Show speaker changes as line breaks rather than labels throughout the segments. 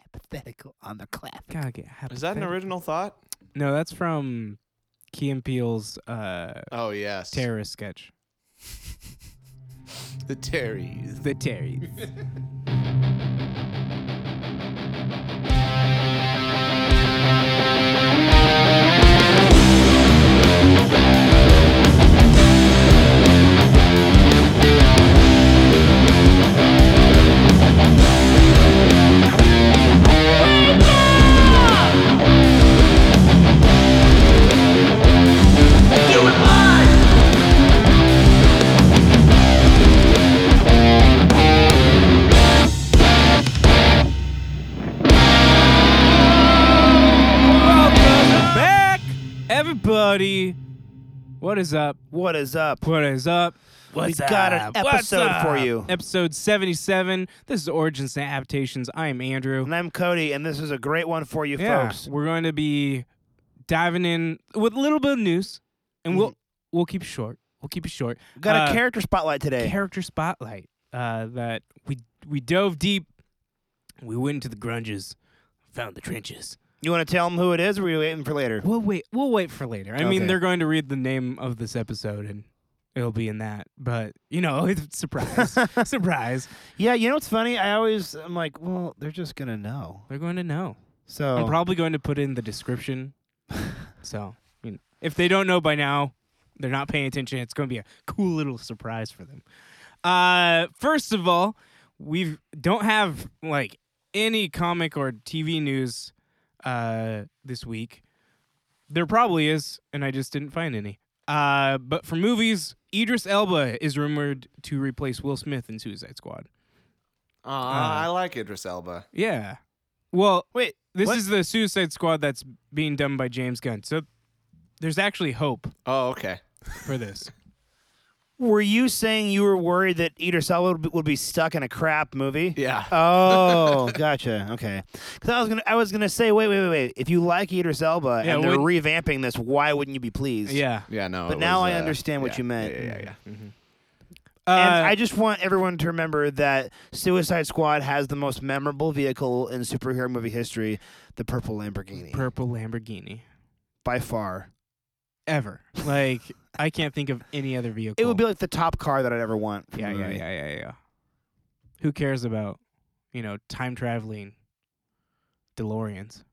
hypothetical on the clap.
Gotta get
Is that an
hypothet-
original thought?
No, that's from Key and Peele's uh,
Oh yes.
terrorist sketch.
The Terry.
The Terry. Back, everybody. What is up?
What is up?
What is up?
What's
we got an
up? What's
episode for
up?
you. Episode 77. This is Origins and Adaptations. I am Andrew.
And I'm Cody, and this is a great one for you
Yeah,
folks.
we're going to be diving in with a little bit of news, and we'll we'll keep it short. We'll keep it short.
Got a
Uh,
character spotlight today.
character spotlight uh, that we we dove deep. We went into the grunges, found the trenches.
you want to tell them who it is, or are you waiting for later?
We'll wait. We'll wait for later. I
Okay.
mean, they're going to read the name of this episode, and it'll be in that. But you know, it's surprise, surprise.
Yeah, you know what's funny? I always, I'm like, well, they're just going to know.
They're going to know.
So,
I'm probably going to put it in the description. so you know, if they don't know by now, they're not paying attention. It's going to be a cool little surprise for them. Uh, first of all, we don't have like any comic or TV news uh, this week. There probably is, and I just didn't find any. Uh, but for movies, Idris Elba is rumored to replace Will Smith in Suicide Squad.
Aw, Uh, I like Idris Elba.
Yeah. Well,
wait,
this
What?
is the Suicide Squad that's being done by James Gunn. So there's actually hope
Oh, okay.
for this.
were you saying you were worried that Idris Elba would be- would be stuck in a crap movie?
Yeah.
Oh, gotcha. Okay, because I was gonna, I was gonna say, wait, wait, wait, wait. If you like Idris Elba
Yeah,
and they're
wouldn't-
revamping this, why wouldn't you be pleased?
yeah.
yeah, no.
But
it
now
was,
I
uh,
understand what
yeah,
you meant.
Yeah, yeah, Mm-hmm. yeah.
Uh,
And I just want everyone to remember that Suicide Squad has the most memorable vehicle in superhero movie history, the purple Lamborghini,
purple Lamborghini
by far.
ever. Like I can't think of any other vehicle.
It would be like the top car that I'd ever want. from
yeah,
a
yeah,
movie.
yeah, yeah, yeah. Who cares about you know time traveling DeLoreans?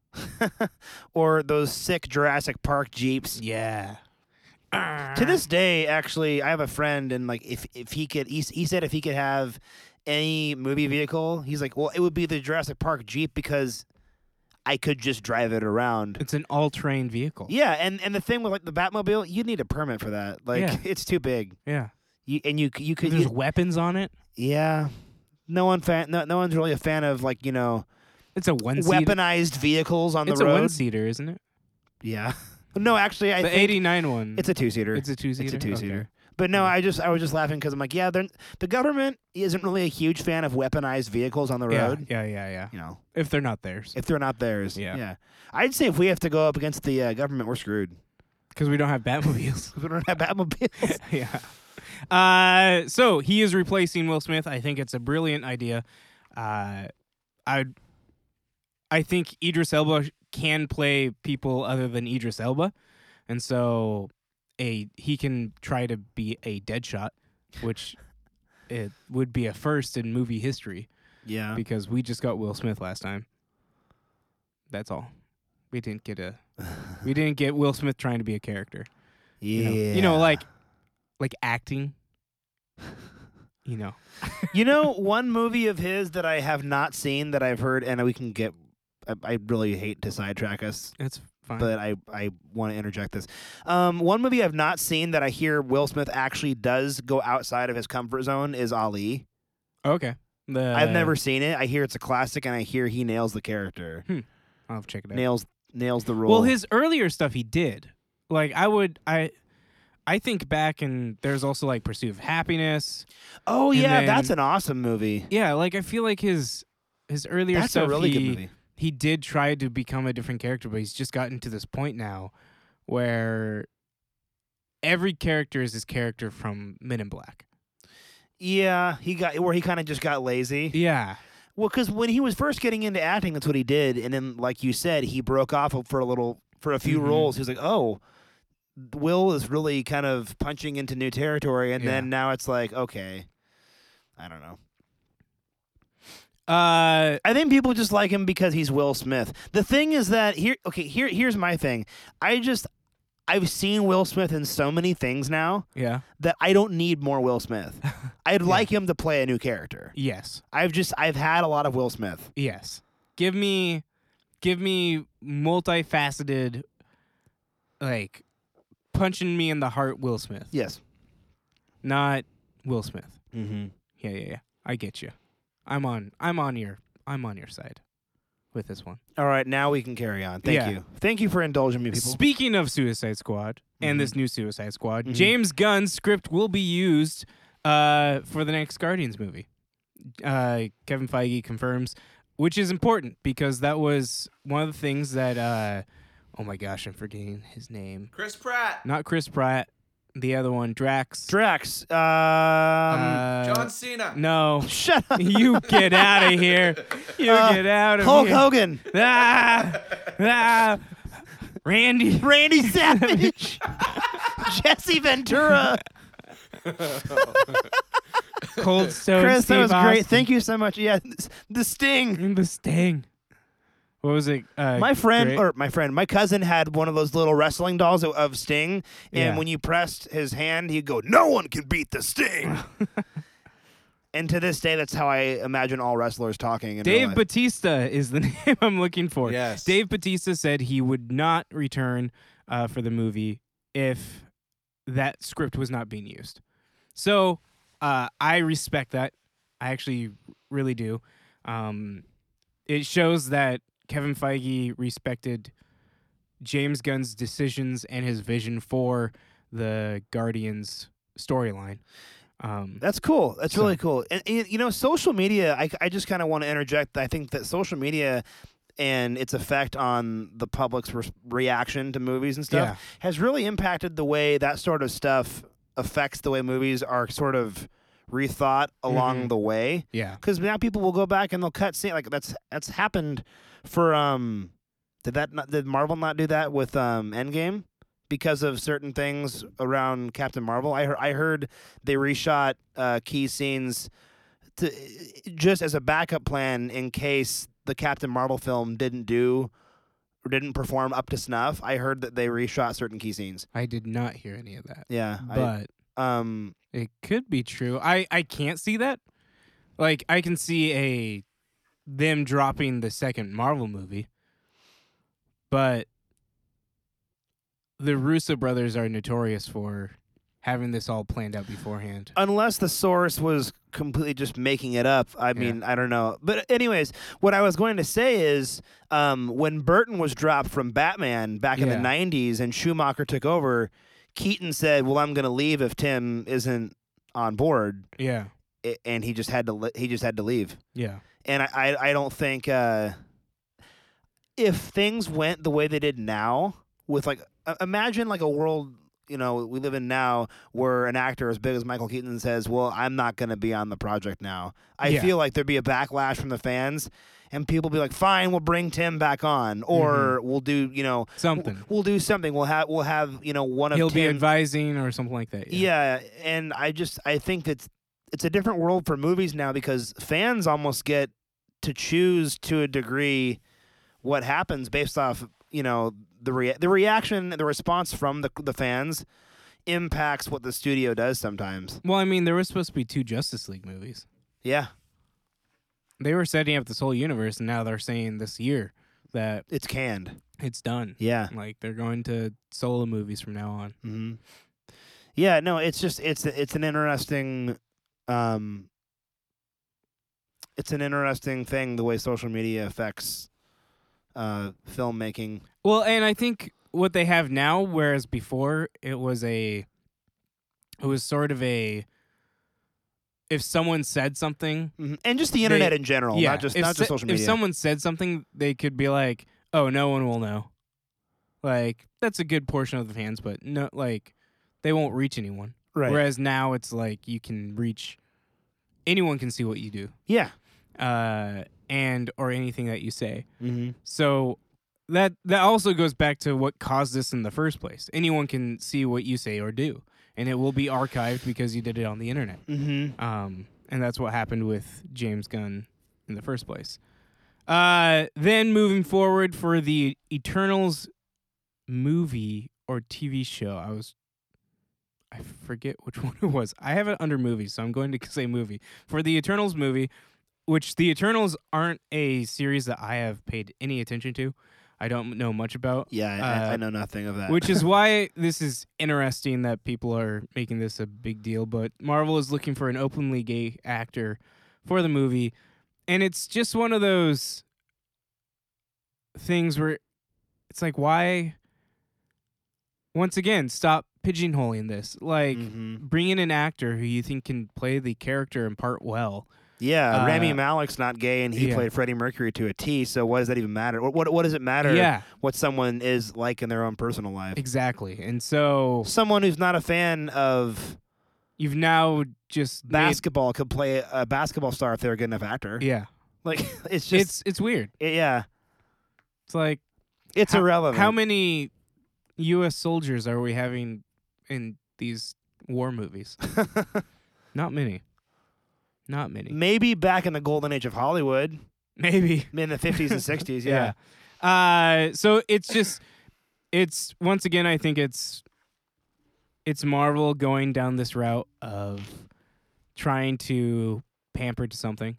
Or those sick Jurassic Park Jeeps.
Yeah.
To this day, actually, I have a friend, and like, if if he could, he, s- he said if he could have any movie vehicle, he's like, well, it would be the Jurassic Park Jeep because I could just drive it around.
it's an all-terrain vehicle.
Yeah, and and the thing with like the Batmobile, you need a permit for that. Like,
Yeah.
it's too big.
Yeah.
You and you c- you could
There's
you-
weapons on it.
yeah. No one fan. No, no one's really a fan of like you know
It's a one seater.
weaponized vehicles on
It's
the
a
road.
one seater, isn't it?
Yeah. No, actually, I
the
think
'89 one.
it's a two seater.
It's a two seater.
It's a two-seater. But no,
Yeah.
I just I was just laughing because I'm like, yeah, they're, the government isn't really a huge fan of weaponized vehicles on the road.
Yeah, yeah, yeah,
You know,
If they're not theirs,
if they're not theirs.
Yeah.
I'd say if we have to go up against the uh, government, we're screwed.
because we don't have Batmobiles.
'Cause We don't have Batmobiles.
yeah. Uh, so he is replacing Will Smith. I think it's a brilliant idea. Uh, I, I think Idris Elba sh- can play people other than Idris Elba, and so a he can try to be a Deadshot, which it would be a first in movie history.
yeah.
because we just got Will Smith last time. That's all. We didn't get a we didn't get Will Smith trying to be a character. You
Yeah.
know, you know like like acting. You know.
you know one movie of his that I have not seen that I've heard, and we can get. I, I really hate to sidetrack us,
That's fine.
but I I want to interject this. Um, one movie I've not seen that I hear Will Smith actually does go outside of his comfort zone is Ali.
okay. The,
I've never seen it. I hear it's a classic, and I hear he nails the character,
I'll have to check it out.
nails nails the role.
Well, his earlier stuff he did. Like I would I I think back and there's also like Pursuit of Happiness.
oh
and
yeah,
then-
that's an awesome movie.
Yeah, like I feel like his his earlier
That's
stuff
a really
he-
good movie.
he did try to become a different character, but he's just gotten to this point now where every character is his character from Men in Black.
Yeah, he got where he kind of just got lazy.
Yeah.
Well, because when he was first getting into acting, that's what he did, and then, like you said, he broke off for a little, for a few
Mhm.
roles. He was like, "Oh, Will is really kind of punching into new territory," and then
Yeah.
now it's like, okay, I don't know.
Uh,
I think people just like him because he's Will Smith. The thing is that here, okay, here, here's my thing. I just, I've seen Will Smith in so many things now
yeah.
that I don't need more Will Smith. I'd like him to play a new character.
Yes.
I've just, I've had a lot of Will Smith.
Yes. Give me give me multifaceted like punching me in the heart Will Smith.
Yes.
Not Will Smith.
Mm-hmm.
Yeah, yeah, yeah. I get you. I'm on I'm on your I'm on your side with this one.
All right, now we can carry on. Thank
Yeah.
you. Thank you for indulging me, people. Mm-hmm.
Speaking of Suicide Squad and this new Suicide Squad,
Mhm.
James Gunn's script will be used uh, for the next Guardians movie. Uh, Kevin Feige confirms, which is important because that was one of the things that. Uh, oh my gosh, I'm forgetting his name.
Chris Pratt,
Not Chris Pratt, the other one, Drax.
Drax, um,
Uh,
John Cena.
No,
shut up.
you get out of here. You
Uh,
get out of
Hulk
here.
Hogan,
Ah, ah, Randy.
Randy Savage, Jesse Ventura.
Cold Stone.
Chris,
Steve
that was great.
Austin.
Thank you so much. Yeah, s- the Sting.
In the sting. What was it? Uh,
My friend,
great-
or my friend, my cousin had one of those little wrestling dolls of, of Sting, and
Yeah.
when you pressed his hand, he'd go, "No one can beat the Sting." and to this day, that's how I imagine all wrestlers talking. In real
Dave
life.
Batista is the name I'm looking for.
Yes.
Dave Batista said he would not return uh, for the movie if that script was not being used. So uh, I respect that. I actually really do. Um, it shows that Kevin Feige respected James Gunn's decisions and his vision for the Guardians storyline. Um,
That's cool. That's
So-
really cool. And, and, you know, social media. I, I just kind of want to interject. I think that social media and its effect on the public's re- reaction to movies and stuff
Yeah.
has really impacted the way that sort of stuff affects the way movies are sort of rethought along
Mhm.
the way.
yeah.
Because now people will go back and they'll cut scene like that's that's happened for um did that not, did Marvel not do that with um Endgame because of certain things around Captain Marvel? I heard I heard they reshot uh, key scenes to just as a backup plan in case the Captain Marvel film didn't do or didn't perform up to snuff. I heard that they reshot certain key scenes.
I did not hear any of that.
Yeah, I,
But
um,
It could be true. I I can't see that. Like I can see a them dropping the second Marvel movie, but the Russo brothers are notorious for having this all planned out beforehand.
unless the source was completely just making it up. I mean, I don't know. But anyways, what I was going to say is um, when Burton was dropped from Batman back in the
Yeah.
90s and Schumacher took over, Keaton said, "Well, I'm going to leave if Tim isn't on board."
Yeah,
A- And he just had to li- he just had to leave.
yeah,
And I I, I don't think uh, if things went the way they did now with like uh, imagine like a world you know we live in now where an actor as big as Michael Keaton says, "Well, I'm not going to be on the project now." I
Yeah.
feel like there'd be a backlash from the fans and people be like, "Fine, we'll bring Tim back on or we'll do, you know,
Mm-hmm. something.
we'll do something. We'll have we'll have, you know, one of
He'll be
Tim
advising or something like that. Yeah,
yeah, and I just I think that's it's a different world for movies now because fans almost get to choose to a degree what happens based off you know the rea- the reaction the response from the the fans impacts what the studio does sometimes.
Well, I mean, there was supposed to be two Justice League movies.
Yeah,
They were setting up this whole universe, and now they're saying this year that
it's canned.
it's done.
Yeah.
Like they're going to solo movies from now on.
hmm Yeah, no, it's just it's it's an interesting um it's an interesting thing the way social media affects uh filmmaking
Well, and I think what they have now, whereas before it was a, it was sort of a, if someone said something,
Mhm. And just the internet
They-
in general,
yeah,
not just
if,
not
se-
just social
if
media.
someone said something, they could be like, oh, no one will know. Like that's a good portion of the fans, but no, like they won't reach anyone.
right.
Whereas now it's like you can reach, anyone can see what you do.
Yeah.
uh, and or anything that you say.
Mm-hmm.
So that that also goes back to what caused this in the first place. Anyone can see what you say or do, and it will be archived because you did it on the internet.
Mm-hmm.
Um, and that's what happened with James Gunn in the first place. Uh, then moving forward for the Eternals movie or TV show, I was I forget which one it was. I have it under movies, so I'm going to say movie for the Eternals movie, which the Eternals aren't a series that I have paid any attention to. I don't know much about
Yeah, I, I-
Uh,
I know nothing of that.
which is why this is interesting that people are making this a big deal. But Marvel is looking for an openly gay actor for the movie, and it's just one of those things where it's like, why? Once again, stop pigeonholing this. Like,
Mhm.
bring in an actor who you think can play the character and part well.
yeah,
uh,
Rami Malek's not gay, and he
yeah.
played Freddie Mercury to a T. So why does that even matter? What what, what does it matter?
Yeah,
what someone is like in their own personal life.
exactly. And so
Someone who's not a fan of
you've now just made-
basketball could play a basketball star if they're a good enough actor.
yeah,
Like it's just
it's it's weird.
it- yeah,
It's like.
it's
How-
irrelevant.
How many U.S. soldiers are we having in these war movies? Not many. Not many.
Maybe back in the golden age of Hollywood,
Maybe.
in the 50s and 60s, yeah.
Yeah. Uh, so it's just, it's once again, I think it's, it's Marvel going down this route of trying to pamper to something,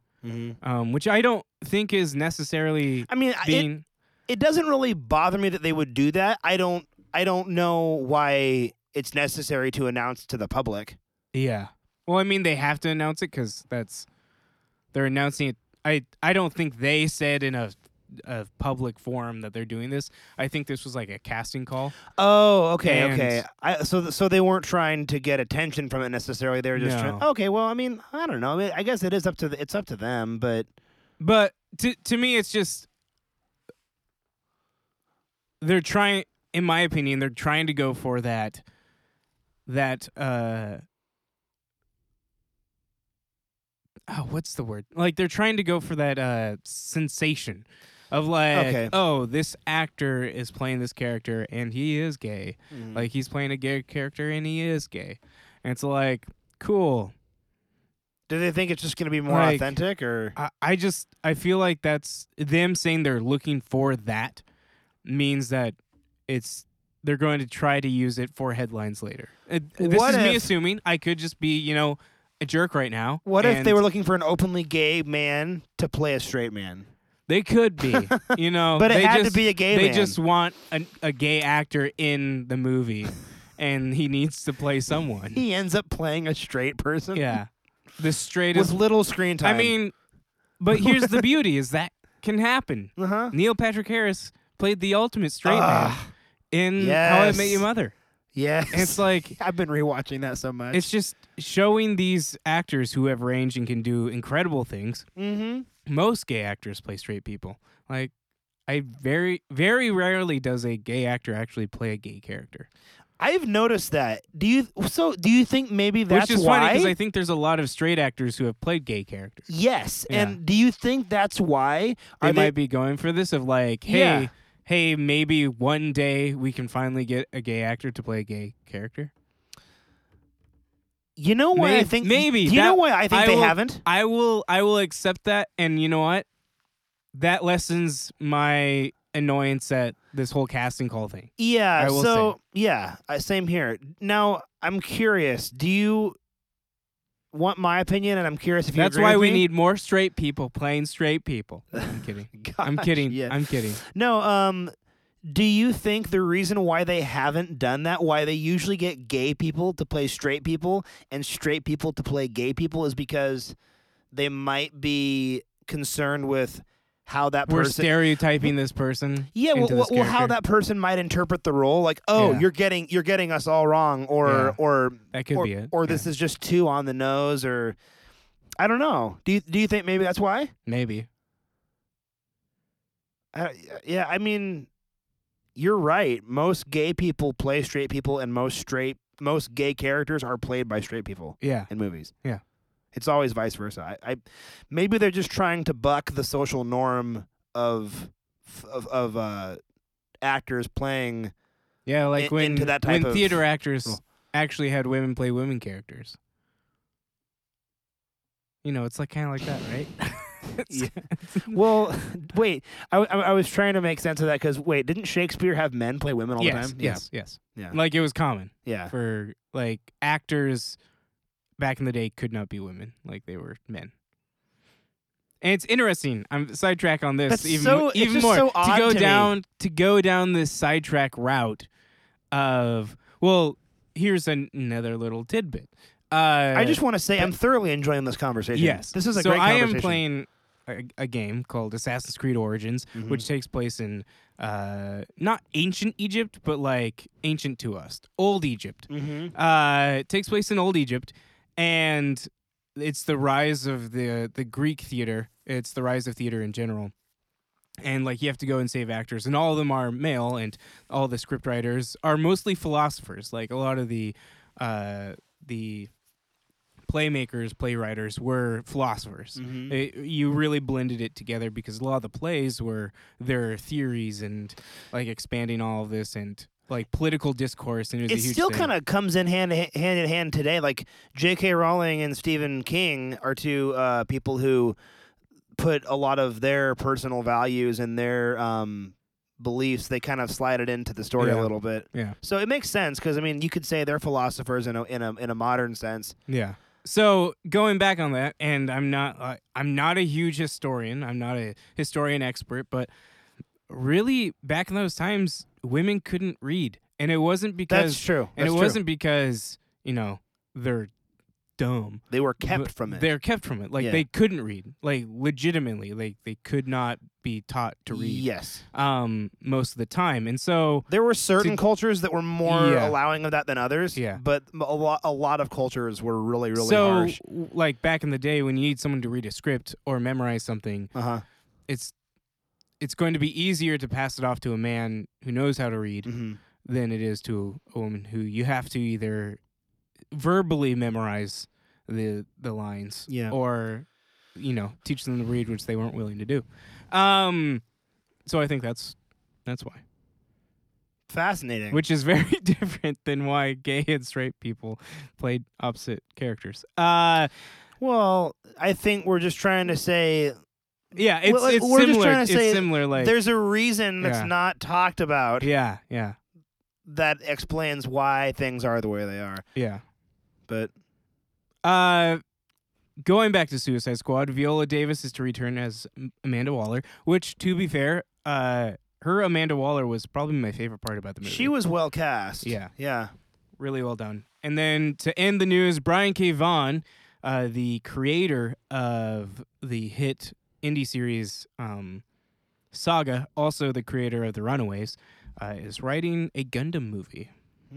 um, which I don't think is necessarily
Mm-hmm. I mean, I- it,
being.
it doesn't really bother me that they would do that. I don't I don't know why it's necessary to announce to the public.
Yeah. Well, I mean, they have to announce it because that's they're announcing it. I I don't think they said in a a public forum that they're doing this. I think this was like a casting call.
Oh, okay,
And-
okay. I, so, th- so they weren't trying to get attention from it necessarily. They were just trying.
No.
Okay, well, I mean, I don't know. I, mean, I guess it is up to the, it's up to them, but
But to to me, it's just they're trying. In my opinion, they're trying to go for that that uh oh, what's the word? Like they're trying to go for that uh sensation of like
Okay.
oh, this actor is playing this character and he is gay. Like he's playing a gay character and he is gay. And it's like cool.
do they think it's just going to be more
like-
authentic or?
I, I just I feel like that's them saying they're looking for that means that it's they're going to try to use it for headlines later. It, this
What
is me
if-
assuming. I could just be you know a jerk right now.
What if they
and
were looking for an openly gay man to play a straight man?
They could be. You know,
But it
they
had
just-
to be a gay
They
man.
just want an, a gay actor in the movie, and he needs to play someone.
He ends up playing a straight person.
yeah, the straightest.
With little screen time.
I mean, but here's the beauty: is that can happen.
uh huh.
Neil Patrick Harris played the ultimate straight man
Ah,
in How I
yes.
Met Your Mother.
Yes.
And it's like
I've been rewatching that so much.
it's just showing these actors who have range and can do incredible things.
mm-hmm.
Most gay actors play straight people. Like I very very rarely does a gay actor actually play a gay character,
I've noticed that. Do you? So do you think maybe that's
which is
why?
funny because I think there's a lot of straight actors who have played gay characters.
Yes,
Yeah.
and do you think that's why?
They
Are
might be going for this of like, hey,
Yeah.
hey, maybe one day we can finally get a gay actor to play a gay character.
you know why I
Maybe-
think
maybe
do you know
that-
why I think
I
they
will-
haven't?
I will I will accept that and you know what? That lessens my annoyance at this whole casting call thing.
Yeah.
I will
so yeah, uh, same here. Now I'm curious. Do you want my opinion? And I'm curious if you.
That's
agree
why
with
we
me?
need more straight people playing straight people. I'm kidding. I'm
Gosh,
kidding.
Yeah.
I'm kidding.
No. Um. Do you think the reason why they haven't done that, why they usually get gay people to play straight people and straight people to play gay people, is because they might be concerned with how that
We're
person
stereotyping this person.
Yeah, well,
into
well,
this
well, how
character.
that person might interpret the role, like, oh,
Yeah.
you're getting you're getting us all wrong, or
Yeah.
or
that could
or,
be it.
or this
Yeah.
is just too on the nose, or I don't know. Do you do you think maybe that's why?
maybe.
Uh, yeah, I mean, you're right. Most gay people play straight people, and most straight most gay characters are played by straight people
Yeah.
in movies.
Yeah.
It's always vice versa. I, I maybe they're just trying to buck the social norm of of, of uh, actors playing.
Yeah, like
in-
when
into that type
when
of
theater actors
role.
actually had women play women characters. You know, it's like kind of like that, right? It's-
Yeah. Well, wait. I, I, I was trying to make sense of that because wait, didn't Shakespeare have men play women all
yes,
the time?
yes, yes.
Yeah.
Like it was common
Yeah.
for like actors back in the day could not be women, like they were men. And it's interesting. I'm sidetrack on this
That's
even
so-
mo-
it's
even
just
more
so
to
odd
go
to me.
down to go down this sidetrack route of well, here's an- another little tidbit. Uh,
I just want to say I'm thoroughly enjoying this conversation.
Yes.
This is a
so
great
I
conversation.
am playing a, a game called Assassin's Creed Origins,
Mm-hmm.
which takes place in uh, not ancient Egypt, but like ancient to us, old Egypt.
Mm-hmm.
Uh, it takes place in old Egypt, and it's the rise of the the Greek theater. It's the rise of theater in general. And like you have to go and save actors, and all of them are male, and all the script writers are mostly philosophers. Like a lot of the uh, the playmakers, playwriters were philosophers.
Mm-hmm.
It- you really blended it together because a lot of the plays were their theories and like expanding all of this and like political discourse. And it was
It
a huge
still
thing.
kind of comes in hand hand in hand today. Like J.K. Rowling and Stephen King are two uh, people who put a lot of their personal values and their um, beliefs. They kind of slide it into the story
Yeah.
a little bit.
Yeah.
So it makes sense because I mean you could say they're philosophers in a in a in a modern sense.
Yeah. So going back on that, and I'm not uh, I'm not a huge historian. I'm not a historian expert, but really back in those times, women couldn't read, and it wasn't because
That's true.
and
That's
it
true.
wasn't because you know they're dumb.
they were
but
kept from it.
They're kept from it. Like
Yeah.
they couldn't read. Like legitimately, like they could not be taught to read.
Yes.
Um, most of the time, and so
There were certain cultures that were more
Yeah.
allowing of that than others.
Yeah.
But m- a lot, a lot of cultures were really, really
so
harsh.
w- like back in the day when you need someone to read a script or memorize something,
Uh huh.
it's it's going to be easier to pass it off to a man who knows how to read
hmm
than it is to a woman who you have to either verbally memorize the the lines
Yeah.
or you know teach them to read which they weren't willing to do um so i think that's that's why
Fascinating.
which is very different than why gay and straight people played opposite characters uh
well, I think we're just trying to say
yeah it's,
Well, like,
it's
we're just
similar
trying to say
it's similar like
there's a reason that's
Yeah.
not talked about
yeah yeah
that explains why things are the way they are.
yeah
But
Uh, going back to Suicide Squad, Viola Davis is to return as M- Amanda Waller, which, to be fair, uh, her Amanda Waller was probably my favorite part about the movie.
she was well cast.
Yeah.
Yeah.
really well done. And then to end the news, Brian K. Vaughan, uh, the creator of the hit indie series um, Saga, also the creator of The Runaways, uh, is writing a Gundam movie.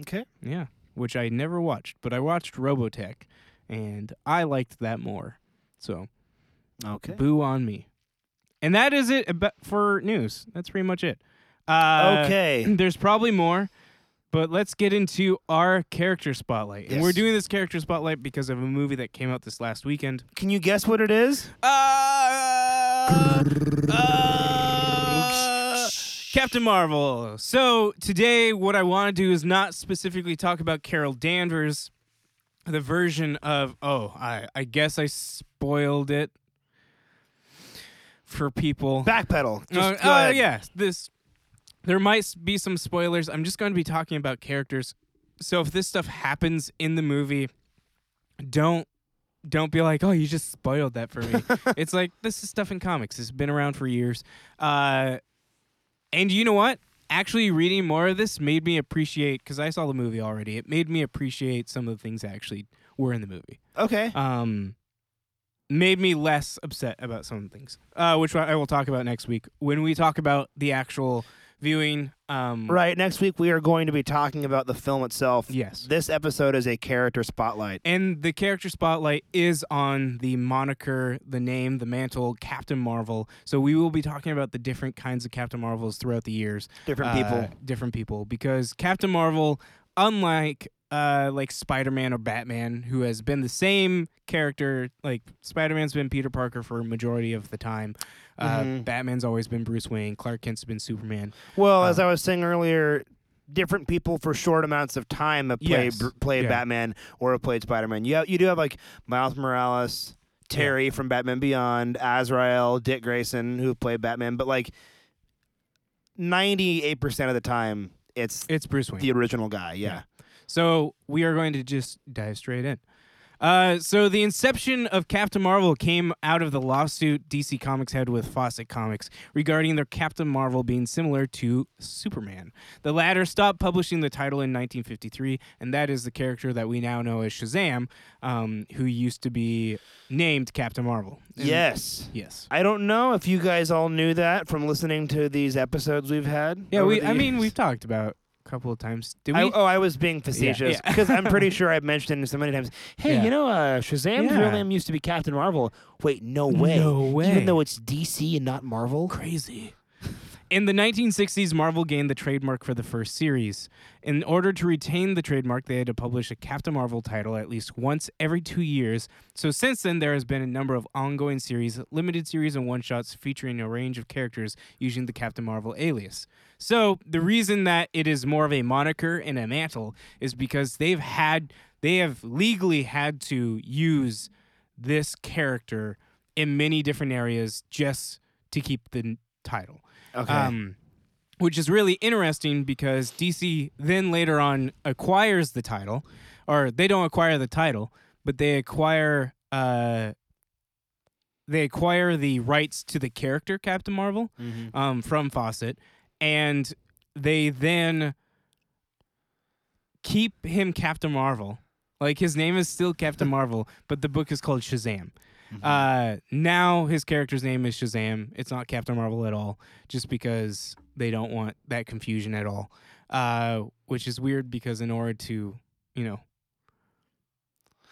Okay.
Yeah, which I never watched, but I watched Robotech, and I liked that more. So
Okay.
Boo on me. And that is it about for news. That's pretty much it. Uh,
okay.
There's probably more, but let's get into our character spotlight. And we're
Yes.
doing this character spotlight because of a movie that came out this last weekend.
Can you guess what it is?
Ah!
Uh, uh, Captain Marvel. So today, what I want to do is not specifically talk about Carol Danvers, the version of oh, I I guess I spoiled it for people.
Backpedal. Just
Uh,
go
uh,
ahead.
yes, this there might s- be some spoilers. I'm just going to be talking about characters. So if this stuff happens in the movie, don't don't be like, "Oh, you just spoiled that for me." it's like this is stuff in comics. It's been around for years. Uh and you know what? Actually reading more of this made me appreciate cuz I saw the movie already. It made me appreciate some of the things that actually were in the movie
Okay.
um, made me less upset about some things, uh, which I will talk about next week when we talk about the actual viewing. Um,
Right. Next week, we are going to be talking about the film itself.
Yes.
This episode is a character spotlight.
And the character spotlight is on the moniker, the name, the mantle, Captain Marvel. So we will be talking about the different kinds of Captain Marvels throughout the years.
Different
uh,
people.
different people, because Captain Marvel, unlike uh, like Spider-Man or Batman, who has been the same character. Like Spider-Man's been Peter Parker for a majority of the time. Uh,
Mhm.
Batman's always been Bruce Wayne. Clark Kent's been Superman.
Well, as I
Um,
was saying earlier, different people for short amounts of time have played
Yes.
br- played
Yeah.
Batman or have played Spider Man. You have, you do have like Miles Morales, Terry from Batman Beyond, Azrael, Dick Grayson who played Batman, but like ninety eight percent of the time, it's
It's Bruce Wayne.
the original guy. Yeah.
So we are going to just dive straight in. Uh, so the inception of Captain Marvel came out of the lawsuit DC Comics had with Fawcett Comics regarding their Captain Marvel being similar to Superman. The latter stopped publishing the title in 1953, and that is the character that we now know as Shazam, um, who used to be named Captain Marvel. And-
Yes.
Yes.
I don't know if you guys all knew that from listening to these episodes we've had.
Yeah.
over
We.
the
I mean,
years.
we've talked about a couple of times. Did we?
I, oh, I was being facetious
yeah.
because I'm pretty sure I've mentioned it so many times. Hey,
Yeah.
you know, uh, Shazam's
Yeah.
real name used to be Captain Marvel. Wait, no way.
No way.
Even though it's DC and not Marvel.
crazy. In the 1960s, Marvel gained the trademark for the first series. In order to retain the trademark, they had to publish a Captain Marvel title at least once every two years. So since then, there has been a number of ongoing series, limited series, and one shots featuring a range of characters using the Captain Marvel alias. So the reason that it is more of a moniker and a mantle is because they've had, they have legally had to use this character in many different areas just to keep the n- title.
Okay.
Um, which is really interesting because DC then later on acquires the title, or they don't acquire the title, but they acquire uh, they acquire the rights to the character Captain Marvel um, from Fawcett, and they then keep him Captain Marvel. Like his name is still Captain Marvel, but the book is called Shazam.
Mm-hmm.
Uh, now his character's name is Shazam. It's not Captain Marvel at all, just because they don't want that confusion at all. Uh, which is weird because in order to, you know,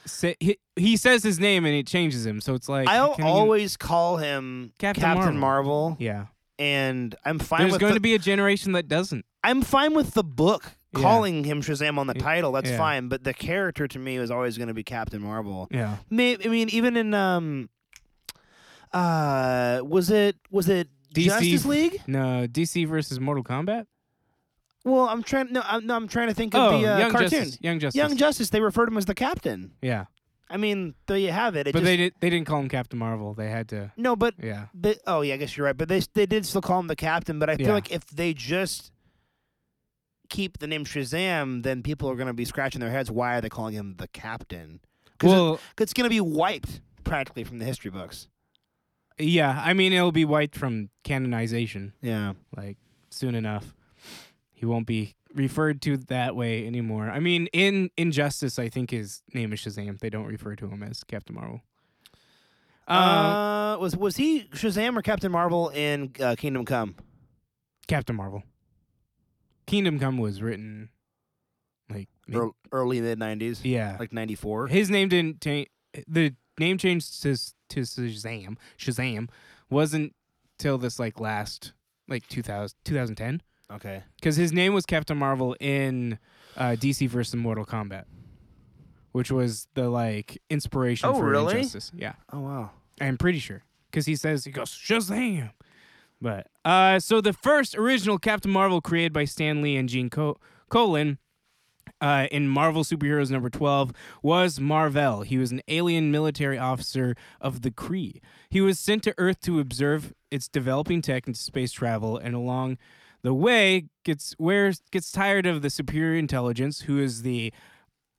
say, he, he says his name and it changes him, so it's like
I'll
can he-
always call him
Captain
Captain,
Marvel.
Marvel.
yeah.
and I'm fine
There's
with
going
the,
to be a generation that doesn't.
I'm fine with the book
Yeah.
calling him Shazam on the
Y-
title. That's
yeah.
fine, but the character to me is always going to be Captain Marvel.
Yeah.
May, I mean, even in um, uh, was it was it
DC
Justice League?
No, DC versus Mortal Kombat. Oh,
Well, I'm trying. No, I'm, no, I'm trying to think of the uh,
Young
cartoon.
Justice. Young Justice.
Young Justice. They referred to him as the Captain.
yeah,
I mean, there you have it. it
but
just,
they did. They didn't call him Captain Marvel. They had to.
no, but
Yeah.
they, oh yeah, I guess you're right. But they they did still call him the Captain. But I feel
Yeah.
like if they just keep the name Shazam, then people are going to be scratching their heads. Why are they calling him the Captain? Because
Well,
it's going to be wiped practically from the history books.
yeah. I mean, it'll be wiped from canonization
Yeah.
like soon enough. He won't be referred to that way anymore. I mean, in Injustice, I think his name is Shazam. They don't refer to him as Captain Marvel.
Uh, was was he Shazam or Captain Marvel in uh, Kingdom Come?
Captain Marvel. Kingdom Come was written like maybe-
Ear- Early mid nineties,
yeah.
like ninety four.
His name didn't change. The name change to s- to Shazam. Shazam wasn't till this like last like 2000, 2010
Okay.
because his name was Captain Marvel in uh, DC versus Mortal Kombat, which was the like inspiration
Oh,
for
really?
Injustice. Yeah,
Oh wow.
I'm pretty sure because he says he goes Shazam. But uh, so the first original Captain Marvel created by Stan Lee and Gene Co- Colan uh, in Marvel Superheroes number 12 was Marvell. He was an alien military officer of the Kree. He was sent to Earth to observe its developing tech into space travel and along the way gets wears gets tired of the superior intelligence who is the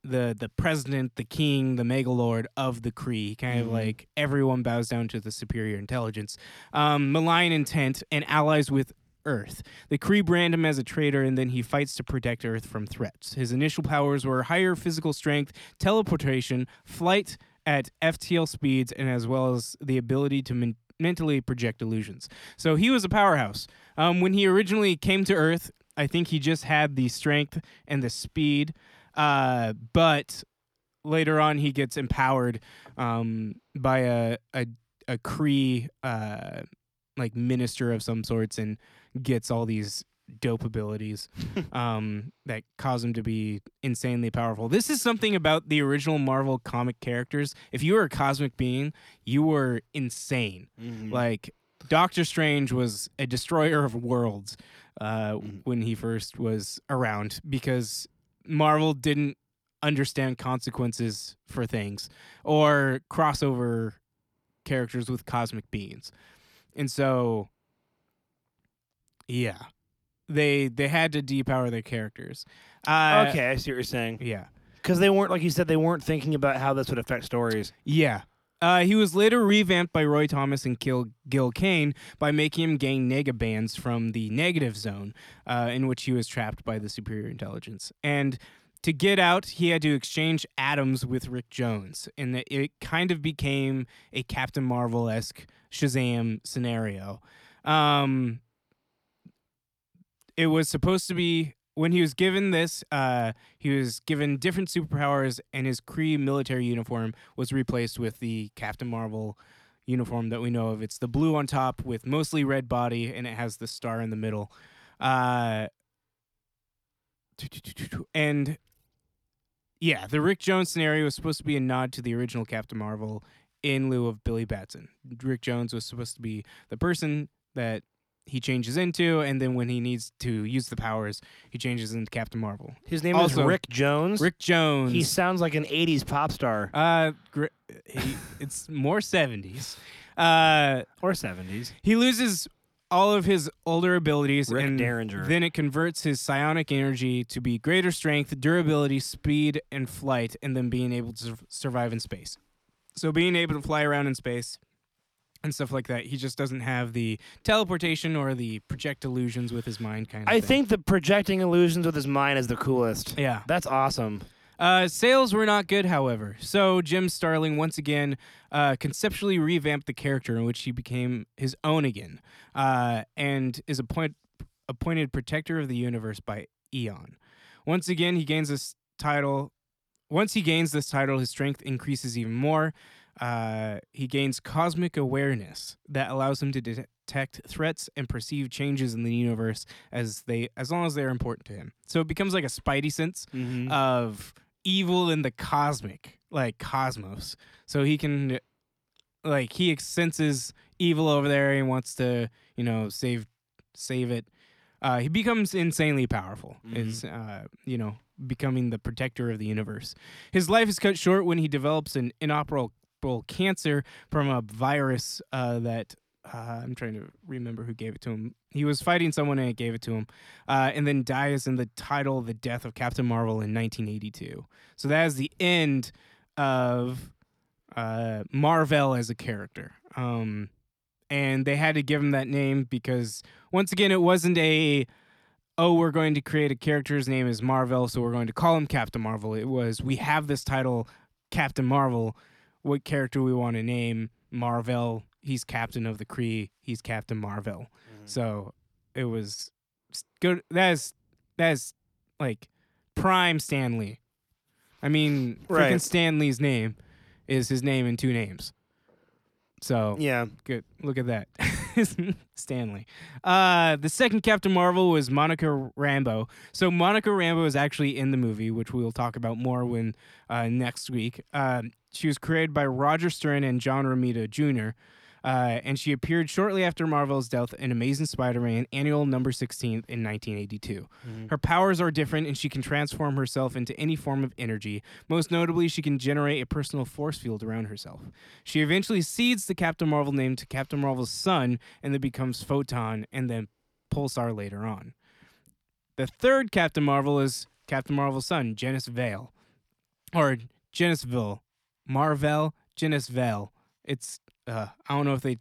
the the president, the king, the megalord of the Kree. Kind of like everyone bows down to the superior intelligence. Um, malign intent and allies with Earth. The Kree brand him as a traitor, and then he fights to protect Earth from threats. His initial powers were higher physical strength, teleportation, flight at FTL speeds, and as well as the ability to men- mentally project illusions. So he was a powerhouse. Um, when he originally came to Earth, I think he just had the strength and the speed, uh, but later on he gets empowered um, by a a, a Kree uh, like minister of some sorts and gets all these dope abilities um, that cause him to be insanely powerful. This is something about the original Marvel comic characters. If you were a cosmic being, you were insane.
Mm-hmm.
Like Doctor Strange was a destroyer of worlds uh, when he first was around because Marvel didn't understand consequences for things or crossover characters with cosmic beings. And so yeah. They they had to depower their characters. Uh,
okay, I see what you're saying.
Yeah.
Because they weren't, like you said, they weren't thinking about how this would affect stories.
Yeah. Uh, he was later revamped by Roy Thomas and Gil, Gil Kane by making him gain nega bands from the negative zone, uh, in which he was trapped by the superior intelligence. And to get out, he had to exchange atoms with Rick Jones, and it- it kind of became a Captain Marvel esque Shazam scenario. Um, it was supposed to be when he was given this, uh, he was given different superpowers, and his Kree military uniform was replaced with the Captain Marvel uniform that we know of. It's the blue on top with mostly red body, and it has the star in the middle. Uh, and yeah, the Rick Jones scenario was supposed to be a nod to the original Captain Marvel in lieu of Billy Batson. Rick Jones was supposed to be the person that he changes into, and then when he needs to use the powers, he changes into Captain Marvel.
His name
Also-
is Rick Jones.
Rick Jones.
He sounds like an 80s pop star
uh, gr- he, it's more seventies. Uh,
or 70s.
he loses all of his older abilities,
Rick
and
Derringer.
then it converts his psionic energy to be greater strength, durability, speed, and flight, and then being able to sur- survive in space. So being able to fly around in space and stuff like that, he just doesn't have the teleportation or the project illusions with his mind kind of.
I
thing.
think the projecting illusions with his mind is the coolest.
Yeah.
That's awesome.
Uh, sales were not good, however. So Jim Starling once again uh, conceptually revamped the character in which he became his own again, uh, and is appoint- appointed protector of the universe by Eon. Once again, he gains this title. Once he gains this title, his strength increases even more. Uh, he gains cosmic awareness that allows him to detect threats and perceive changes in the universe as they as long as they are important to him. So it becomes like a spidey sense
Mm-hmm.
of evil in the cosmic, like cosmos. So he can, like, he senses evil over there and wants to, you know, save, save it. Uh, he becomes insanely powerful. Is uh, you know becoming the protector of the universe. His life is cut short when he develops an inoperable cancer from a virus uh, that. Uh, I'm trying to remember who gave it to him. He was fighting someone and it gave it to him uh, and then dies in the title The Death of Captain Marvel in 1982. So that is the end of uh, Marvel as a character. Um, and they had to give him that name because, once again, it wasn't a, oh, we're going to create a character's name is Marvel, so we're going to call him Captain Marvel. It was, we have this title, Captain Marvel. What character we want to name? Marvel. He's captain of the Kree. He's Captain Marvel. So it was s- good. That's that's like prime Stanley. I mean, freaking
Right.
Stanley's name is his name in two names. So
Yeah.
good. Look at that, Stanley. Uh, the second Captain Marvel was Monica Rambo. So Monica Rambo is actually in the movie, which we'll talk about more when uh, next week. Um, she was created by Roger Stern and John Romita Jr. Uh, and she appeared shortly after Marvel's death in Amazing Spider-Man Annual Number 16 in 1982. Her powers are different, and she can transform herself into any form of energy. Most notably, she can generate a personal force field around herself. She eventually cedes the Captain Marvel name to Captain Marvel's son, and then becomes Photon, and then Pulsar later on. The third Captain Marvel is Captain Marvel's son, Janice Vale, or Janiceville, Marvel, Janice Vale. It's uh, I don't know if they.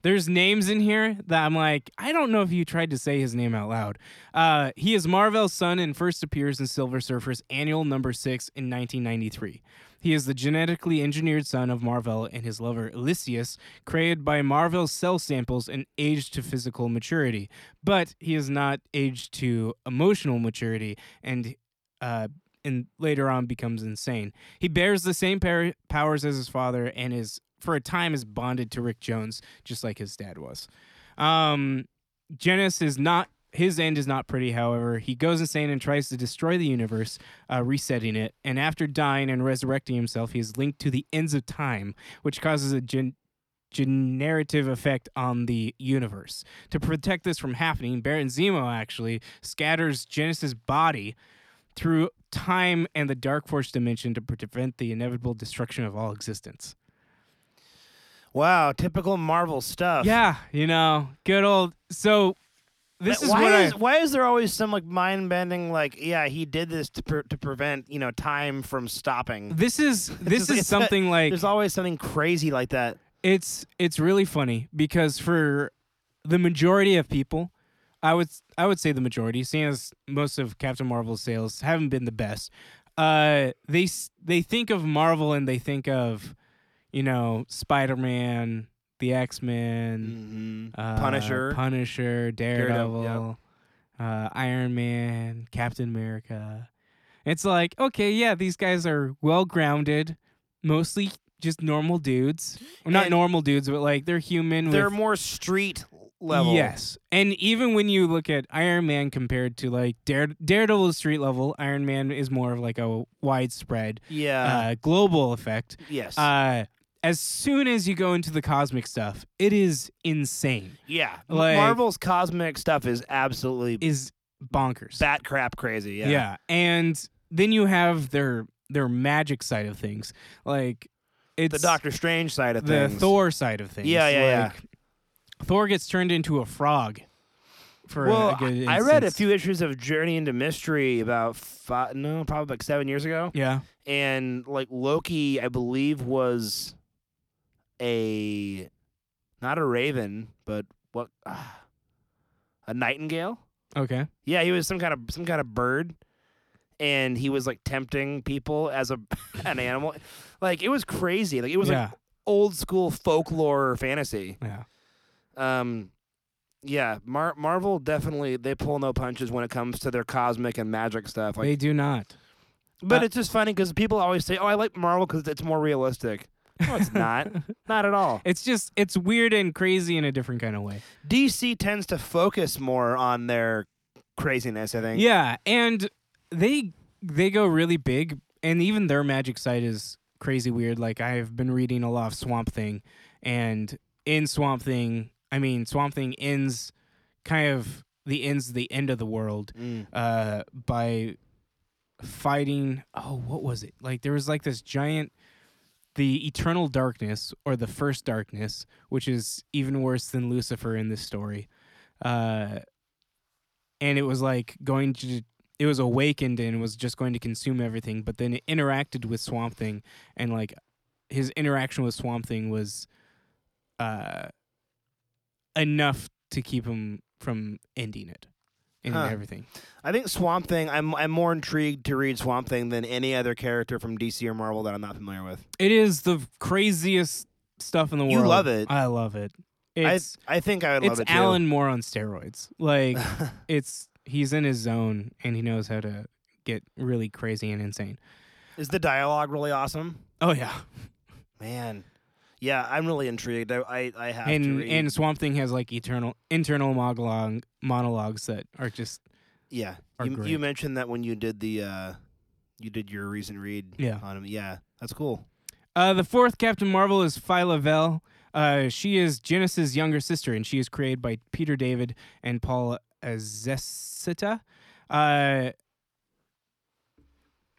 There's names in here that I'm like, I don't know if you tried to say his name out loud. Uh, he is Marvel's son and first appears in Silver Surfer's annual number six in 1993. He is the genetically engineered son of Marvel and his lover Elysius, created by Marvel's cell samples and aged to physical maturity. But he is not aged to emotional maturity and uh, and later on becomes insane. He bears the same par- powers as his father and is for a time is bonded to Rick Jones just like his dad was. Um Janice is not his end is not pretty, however. He goes insane and tries to destroy the universe, uh, resetting it. And after dying and resurrecting himself, he is linked to the ends of time, which causes a gen- generative effect on the universe. To protect this from happening, Baron Zemo actually scatters Genesis' body through time and the Dark Force dimension to prevent the inevitable destruction of all existence.
Wow, typical Marvel stuff.
Yeah, you know, good old. So this is
why
what
is
I.
why is there always some like mind bending like yeah he did this to pre- to prevent you know time from stopping.
This is this
just-
is
it's that-
something like
There's always something crazy like that.
it's it's really funny because for the majority of people, I would I would say the majority, seeing as most of Captain Marvel's sales haven't been the best, uh, they s- they think of Marvel and they think of, you know, Spider Man, the X Men,
Mm-hmm.
uh,
Punisher.
Punisher, Daredevil,
Daredevil,
uh, Iron Man, Captain America. It's like, okay, yeah, these guys are well grounded, mostly just normal dudes. Well, not
And-
normal dudes, but like they're human.
They're
with,
more street level.
Yes, and even when you look at Iron Man compared to like Dare, Daredevil is street level, Iron Man is more of like a widespread,
Yeah.
uh, global effect.
yes.
Uh, as soon as you go into the cosmic stuff, it is insane.
yeah.
like-
Marvel's cosmic stuff is absolutely
is bonkers.
bat crap crazy. Yeah.
And then you have their their magic side of things. Like it's
The Doctor Strange side of
the
things.
Thor side of things.
Yeah, yeah,
like, Thor gets turned into a frog for a-
well,
a good
I I read a
instance.
few issues of Journey into Mystery about five, no, probably like seven years ago.
Yeah.
and like Loki, I believe was a not a raven, but what ah, a nightingale.
Okay.
Yeah, he was some kind of some kind of bird, and he was like tempting people as a an animal. Like it was crazy. Like it was
yeah.
like old school folklore fantasy.
yeah.
Um, yeah, Mar- Marvel definitely they pull no punches when it comes to their cosmic and magic stuff. Like
they do not.
but
Uh,
it's just funny because people always say, "Oh, I like Marvel because it's more realistic." No, it's not. not at all.
It's just it's weird and crazy in a different kind of way.
DC tends to focus more on their craziness. I think.
Yeah, and they they go really big, and even their magic side is crazy weird. Like I've been reading a lot of Swamp Thing, and in Swamp Thing, I mean Swamp Thing ends kind of the ends the end of the world
Mm.
uh, by fighting. Oh, what was it? Like there was like this giant, the eternal darkness or the first darkness, which is even worse than Lucifer in this story. Uh, and it was like going to. It was awakened and was just going to consume everything, but then it interacted with Swamp Thing, and like his interaction with Swamp Thing was uh, enough to keep him from ending it and
Huh.
everything.
I think Swamp Thing. I'm I'm more intrigued to read Swamp Thing than any other character from DC or Marvel that I'm not familiar with.
It is the craziest stuff in the
You
world.
love it.
I love it. It's
I I think I would love
it's
it too.
Alan Moore on steroids. Like it's he's in his zone and he knows how to get really crazy and insane.
Is the dialogue really awesome?
Oh yeah.
Man, yeah, I'm really intrigued. I I, I have to
And
read.
and Swamp Thing has like eternal internal monologue monologues that are just
Yeah,
are
you, you
great.
mentioned that when you did the uh, you did your recent read.
Yeah.
on him. Yeah, that's cool.
Uh, the fourth Captain Marvel is Phyla Vell. Uh, she is Genesis' younger sister, and she is created by Peter David and Paul Azesita. Uh,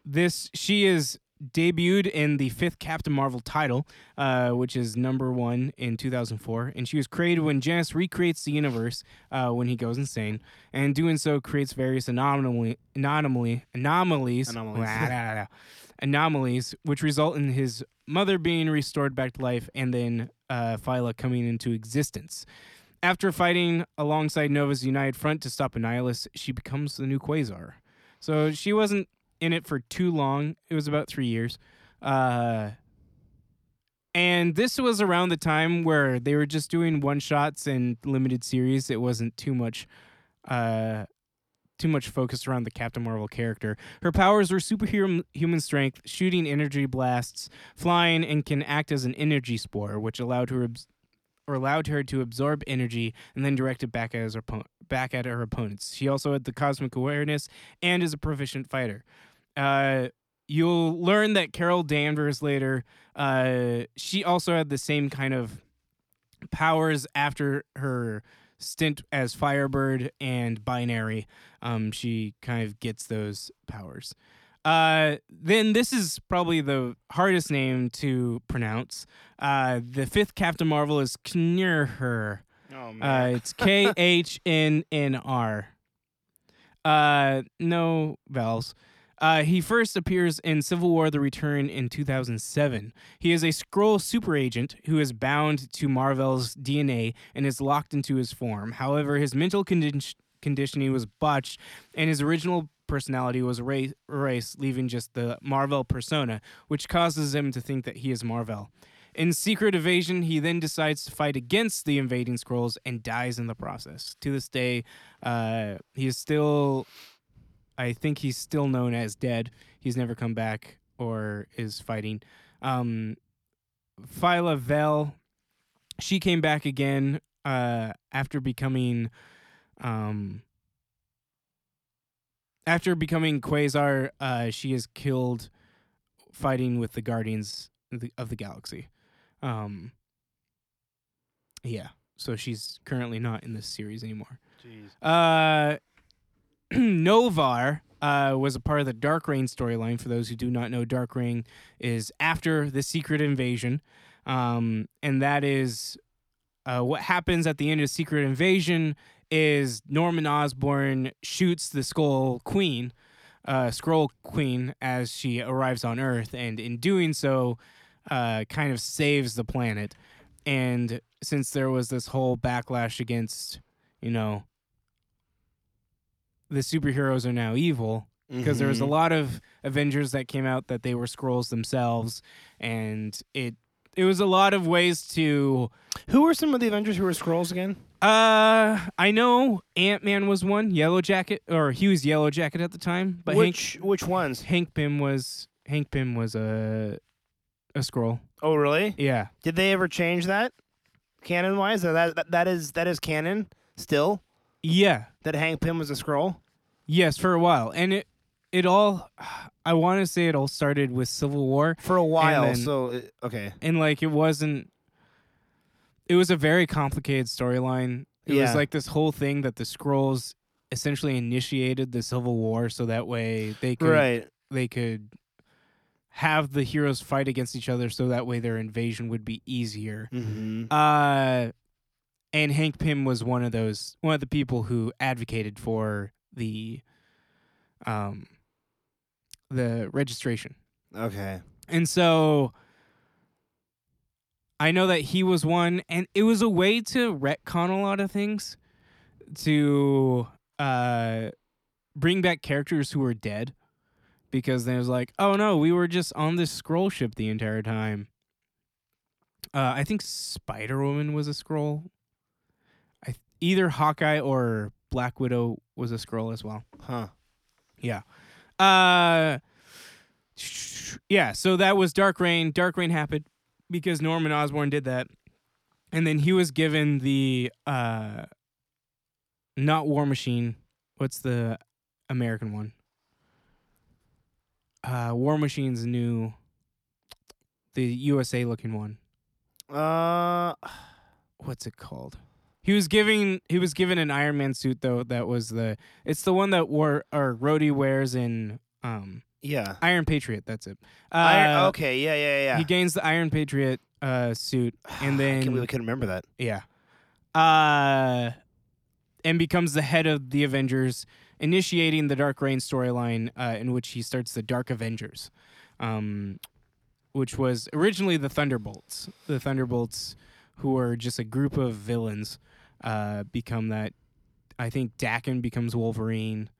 this she is debuted in the fifth Captain Marvel title, uh, which is number one in 2004, and she was created when Janice recreates the universe uh, when he goes insane, and doing so creates various anomaly, anomaly, anomalies,
Anomalies.
Blah, blah, blah. anomalies, which result in his mother being restored back to life, and then uh, Phyla coming into existence. After fighting alongside Nova's United Front to stop Annihilus, she becomes the new Quasar. So she wasn't in it for too long. It was about three years. Uh, and this was around the time where they were just doing one shots and limited series. It wasn't too much, uh, too much focus around the Captain Marvel character. Her powers were superhuman human strength, shooting energy blasts, flying, and can act as an energy spore, which allowed her abs- or allowed her to absorb energy and then direct it back at, his oppo- back at her opponents. She also had the cosmic awareness and is a proficient fighter. Uh, you'll learn that Carol Danvers later, uh, she also had the same kind of powers after her stint as Firebird and Binary. Um, she kind of gets those powers. Uh, then this is probably the hardest name to pronounce. Uh, the fifth Captain Marvel is Knurher.
Oh
Uh, it's K H N N R. Uh, no vowels. Uh, he first appears in Civil War: The Return in 2007. He is a Skrull super agent who is bound to Marvel's DNA and is locked into his form. However, his mental condi- conditioning was botched, and his original personality was ra- erased, leaving just the Marvel persona, which causes him to think that he is Marvel. In secret evasion, he then decides to fight against the invading scrolls and dies in the process. To this day, uh, he is still, I think he's still known as dead. He's never come back or is fighting. Um, Phyla Vel, she came back again uh, after becoming, um, after becoming Quasar. Uh, she is killed fighting with the Guardians of the, of the Galaxy. Um, yeah. So she's currently not in this series anymore. Uh, Novar uh, was a part of the Dark Reign storyline. For those who do not know, Dark Reign is after the Secret Invasion, um, and that is uh, what happens at the end of Secret Invasion. Is Norman Osborn shoots the Skull Queen, uh, Scroll Queen, as she arrives on Earth, and in doing so, uh, kind of saves the planet. And since there was this whole backlash against, you know, the superheroes are now evil, because there
Mm-hmm.
was a lot of Avengers that came out that they were scrolls themselves, and it it was a lot of ways to.
Who were some of the Avengers who were scrolls again?
Uh, I know Ant Man was one Yellow Jacket, or he was Yellow Jacket at the time, but
which which ones?
Hank Hank Pym was Hank Pym was a a scroll.
Oh, really?
Yeah,
Did they ever change that canon wise? That, that that is that is canon still.
yeah.
That Hank Pym was a scroll.
Yes, for a while, and it it all I want to say it all started with Civil War,
for a while.
then-
so uh, okay,
and like it wasn't. It was a very complicated storyline. It
Yeah.
was like this whole thing that the scrolls essentially initiated the Civil War, so that way they could
right.
they could have the heroes fight against each other, so that way their invasion would be easier.
Mm-hmm.
Uh, and Hank Pym was one of those, one of the people who advocated for the, um, the registration.
Okay.
And so I know that he was one, and it was a way to retcon a lot of things, to uh, bring back characters who were dead, because then it was like, oh no, we were just on this scroll ship the entire time. Uh, I think Spider Woman was a scroll. I th- either Hawkeye or Black Widow was a scroll as well.
Huh.
Yeah. Uh sh- yeah, so that was Dark Rain. Dark Rain happened because Norman Osborn did that. And then he was given the uh not War Machine. What's the American one? Uh War Machine's new the USA looking one.
Uh,
What's it called? He was giving he was given an Iron Man suit though that was the it's the one that wore or Rhodey wears in um
yeah.
Iron Patriot. That's it. Uh,
Iron, okay. Yeah. Yeah. Yeah.
He gains the Iron Patriot uh, suit, and
I can't believe I
then
couldn't remember that.
yeah, uh, and becomes the head of the Avengers, initiating the Dark Reign storyline, uh, in which he starts the Dark Avengers, um, which was originally the Thunderbolts. The Thunderbolts, who were just a group of villains, uh, become that. I think Dakin becomes Wolverine.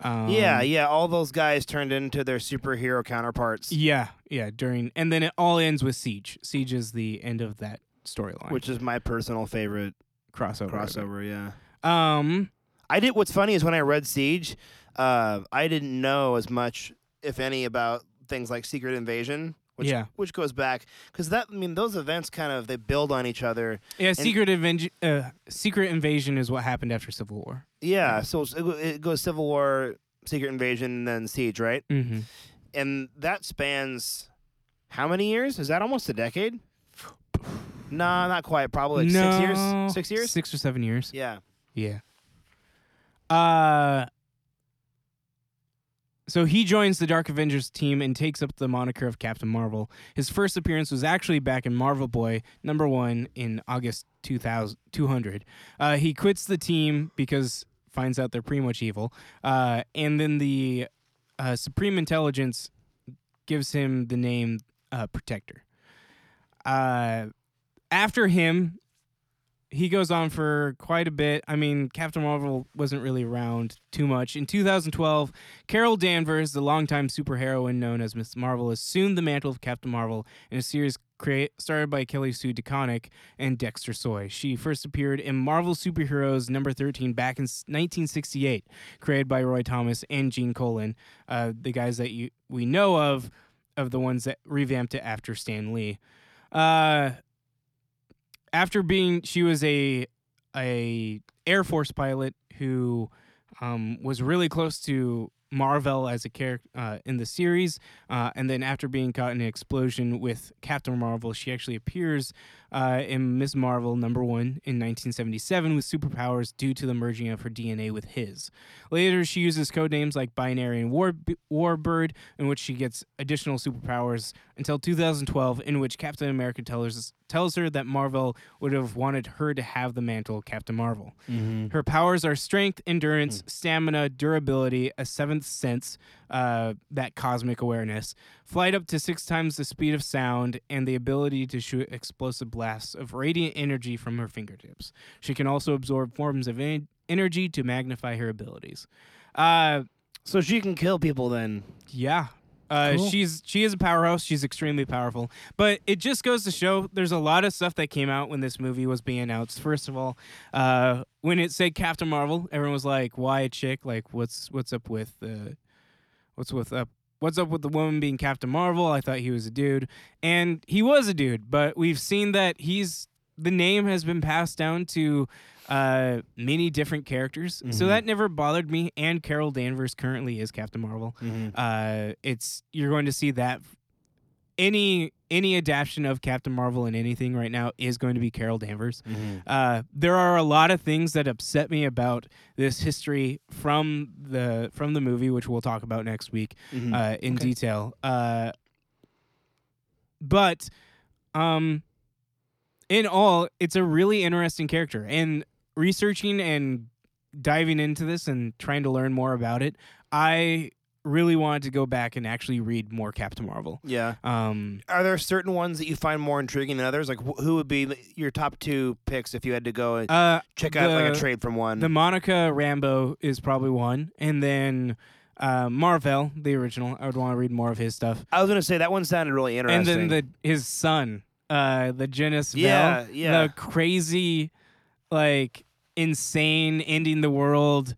Um,
yeah. Yeah. All those guys turned into their superhero counterparts,
Yeah, yeah. During and then it all ends with Siege. Siege is the end of that storyline,
which is my personal favorite
crossover.
crossover. Yeah.
Um,
I did. What's funny is when I read Siege, uh, I didn't know as much, if any, about things like Secret Invasion, which
Yeah.
which goes back because that I mean those events kind of they build on each other.
Yeah, secret invasion. Uh, secret invasion is what happened after Civil War.
Yeah, so it's- it, go- it goes Civil War, Secret Invasion, and then Siege, right?
Mm-hmm.
And that spans how many years? Is that almost a decade? Nah, not quite. Probably like six years. Six years.
Six or seven years.
Yeah.
Yeah. Uh. So he joins the Dark Avengers team and takes up the moniker of Captain Marvel. His first appearance was actually back in Marvel Boy number one in August 2000, 200. Uh, he quits the team because finds out they're pretty much evil. Uh, and then the uh, Supreme Intelligence gives him the name uh, Protector. Uh, after him, he goes on for quite a bit. I mean, Captain Marvel wasn't really around too much. In 2012, Carol Danvers, the longtime superheroine known as Miss Marvel, assumed the mantle of Captain Marvel in a series create, started by Kelly Sue DeConnick and Dexter Soy. She first appeared in Marvel Superheroes number 13 back in s- 1968, created by Roy Thomas and Gene Colan, uh, the guys that you we know of, of the ones that revamped it after Stan Lee. Uh, after being she was a a air force pilot who um, was really close to Marvel as a character uh, in the series, uh, and then after being caught in an explosion with Captain Marvel, she actually appears uh, in Ms. Marvel number one in 1977 with superpowers due to the merging of her DNA with his. Later, she uses codenames like Binary and War Warbird, in which she gets additional superpowers until 2012, in which Captain America tells tells her that Marvel would have wanted her to have the mantle of Captain Marvel. Her powers are strength, endurance, stamina, durability, a seventh sense, uh, that cosmic awareness, flight up to six times the speed of sound, and the ability to shoot explosive blasts of radiant energy from her fingertips. She can also absorb forms of en- energy to magnify her abilities. Uh,
So she can kill people then.
yeah. Uh,
Cool.
She's she is a powerhouse. She's extremely powerful, but it just goes to show there's a lot of stuff that came out when this movie was being announced. First of all, uh, when it said Captain Marvel, everyone was like, "Why a chick? Like, what's what's up with uh, what's with up what's up with the woman being Captain Marvel? I thought he was a dude, and he was a dude, but we've seen that he's the name has been passed down to uh, many different characters, so that never bothered me. And Carol Danvers currently is Captain Marvel.
Mm-hmm.
Uh, it's you're going to see that any any adaptation of Captain Marvel in anything right now is going to be Carol Danvers.
Mm-hmm.
Uh, there are a lot of things that upset me about this history from the from the movie, which we'll talk about next week
Mm-hmm.
uh, in
Mm, Okay.
detail. Uh, but um, in all, it's a really interesting character, and researching and diving into this and trying to learn more about it, I really wanted to go back and actually read more Captain Marvel.
Yeah.
Um,
Are there certain ones that you find more intriguing than others? Like wh- who would be like, your top two picks if you had to go and
uh,
check out like
the-
a trade from one?
The Monica Rambo is probably one, and then uh, Marvel, the original. I would want to read more of his stuff,
I was gonna say that one sounded really
and
interesting.
then the his son, uh, the Genis
Yeah,
Vell,
yeah.
the crazy, like insane, ending the world,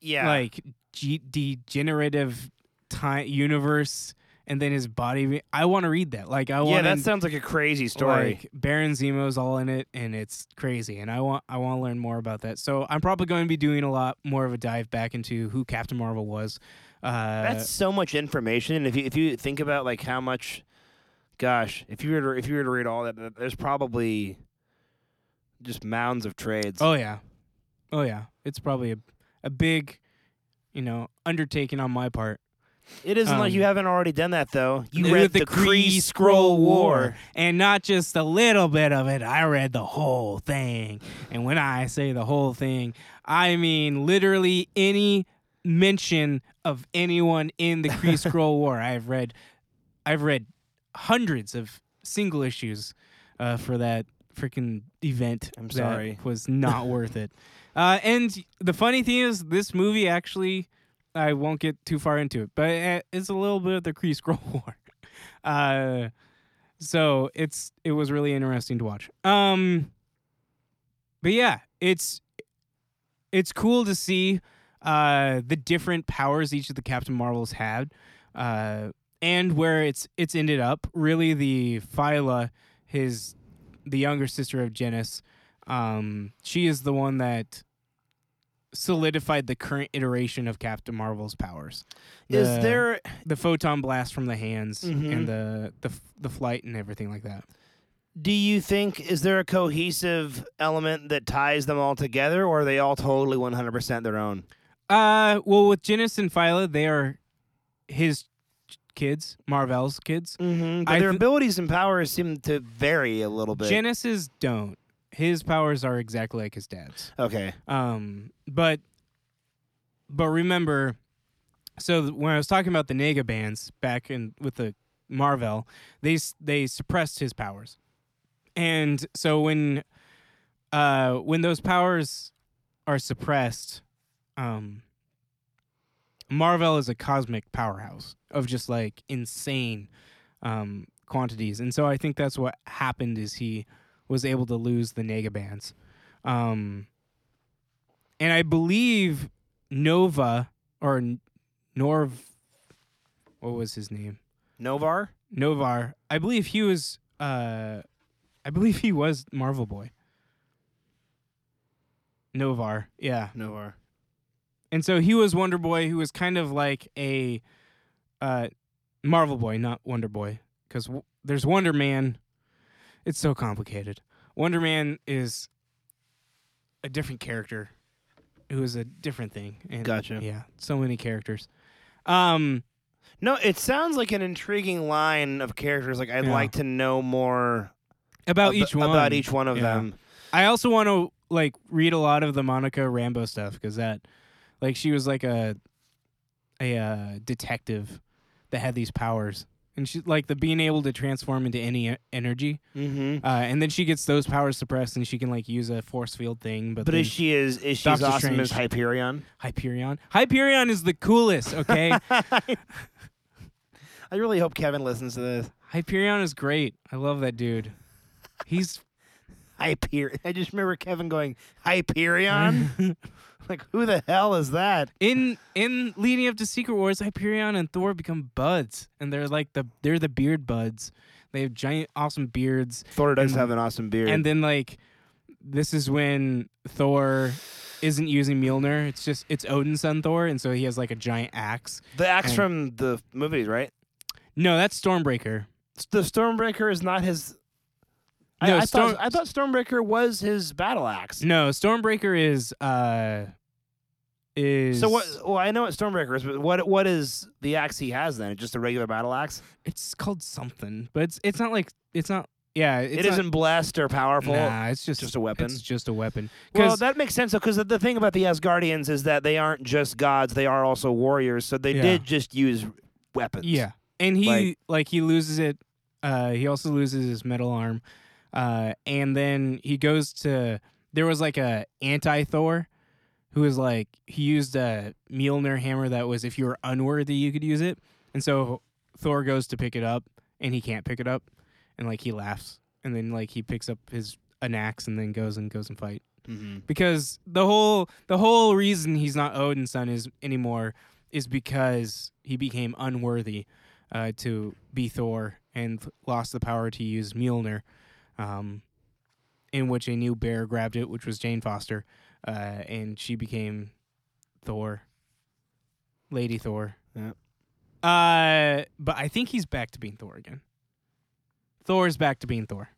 yeah,
like g- degenerative time universe, and then his body. I want to read that. Like I
yeah,
want.
that sounds like a crazy story.
Like Baron Zemo's all in it, and it's crazy. And I want I want to learn more about that. So I'm probably going to be doing a lot more of a dive back into who Captain Marvel was. Uh,
That's so much information. If you if you think about like how much, gosh, if you were to, if you were to read all that, th- there's probably just mounds of trades.
oh yeah, oh yeah. It's probably a a big, you know, undertaking on my part.
it isn't like
um,
you haven't already done that though. You
With
read the,
Kree
Kree Scroll War.
and not just a little bit of it. I read the whole thing, and when I say the whole thing, I mean literally any mention of anyone in the Kree Scroll War. I've read, I've read hundreds of single issues uh, for that freaking event.
I'm
that
sorry.
was not worth it. Uh, and the funny thing is, this movie actually. I won't get too far into it, but it- it's a little bit of the Kree Scroll War. Uh, so it's it was really interesting to watch. Um, but yeah, it's it's cool to see uh the different powers each of the Captain Marvels had. Uh, and where it's it's ended up. Really, the Phyla, his the younger sister of Genis, um, she is the one that solidified the current iteration of Captain Marvel's powers.
Is
The-
there
the photon blast from the hands
Mhm.
and the, the f- the flight and everything like that?
do you think is there a cohesive element that ties them all together or are they all totally 100% their own?
Uh, well, with Genis and Phyla, they are his kids, Marvel's kids. I
Mm-hmm. But their
th-
abilities and powers seem to vary a little bit.
Genis's don't. His powers are exactly like his dad's.
okay.
Um, but but remember, so th- when I was talking about the Nega bands back in with the Marvel, they s- they suppressed his powers, and so when uh when those powers are suppressed, um. Marvel is a cosmic powerhouse of just like insane um, quantities, and so I think that's what happened. Is he was able to lose the Nega bands, um, and I believe Nova or N- Norv, what was his name?
Novar?
Novar. I believe he was. Uh, I believe he was Marvel Boy. Novar, yeah,
Novar.
and so he was Wonder Boy, who was kind of like a uh, Marvel Boy, not Wonder Boy, because w- there's Wonder Man. It's so complicated. Wonder Man is a different character, who is a different thing. And
Gotcha.
Yeah, so many characters. Um,
No, it sounds like an intriguing line of characters. Like I'd
Yeah.
like to know more
about
ab-
each one.
about each one of
Yeah.
them.
I also want to like read a lot of the Monica Rambo stuff because that, like, she was like a, a uh, detective that had these powers, and she like the being able to transform into any e- energy,
Mm-hmm.
uh, and then she gets those powers suppressed, and she can like use a force field thing. But,
But
then
is she is is she as
Doctor
awesome as
Strange.
Hyperion?
Hyperion, Hyperion is the coolest. Okay,
I really hope Kevin listens to this.
Hyperion is great. I love that dude. He's
Hyper. I just remember Kevin going Hyperion. like who the hell is that?
in in leading up to Secret Wars, Hyperion and Thor become buds, and they're like the they're the beard buds. They have giant, awesome beards,
Thor does
And-
have an awesome beard.
and then like this is when Thor isn't using Mjolnir. It's just it's Odin's son Thor, and so he has like a giant axe.
the axe
and-
from the movies, right?
No, that's Stormbreaker.
S- The Stormbreaker is not his. I-
No,
I,
Storm-
thought, I thought Stormbreaker was his battle axe.
No, Stormbreaker is uh is
So what? Well, I know what Stormbreaker is, but what what is the axe he has then? Just a regular battle axe?
It's called something, but it's it's not like it's not. Yeah, it's
It
not-
not blessed or powerful.
Nah, it's just
just a weapon?
It's just a weapon. 'Cause-
Well, that makes sense though, because the thing about the Asgardians is that they aren't just gods; they are also warriors. So they
Yeah.
did just use weapons.
Yeah, and he like,
Like-
he loses it. Uh, he also loses his metal arm, uh, and then he goes to there was like a anti Thor, who was like he used a Mjolnir hammer that was if you were unworthy you could use it, and so Thor goes to pick it up and he can't pick it up, and like he laughs, and then like he picks up his an axe and then goes and goes and fight
Mm-hmm.
because the whole the whole reason he's not Odin's son is anymore is because he became unworthy uh, to be Thor and lost the power to use Mjolnir, um, in which a new bear grabbed it, which was Jane Foster, uh, and she became Thor, Lady Thor.
Yep.
Uh, but I think he's back to being Thor again. Thor's back to being Thor.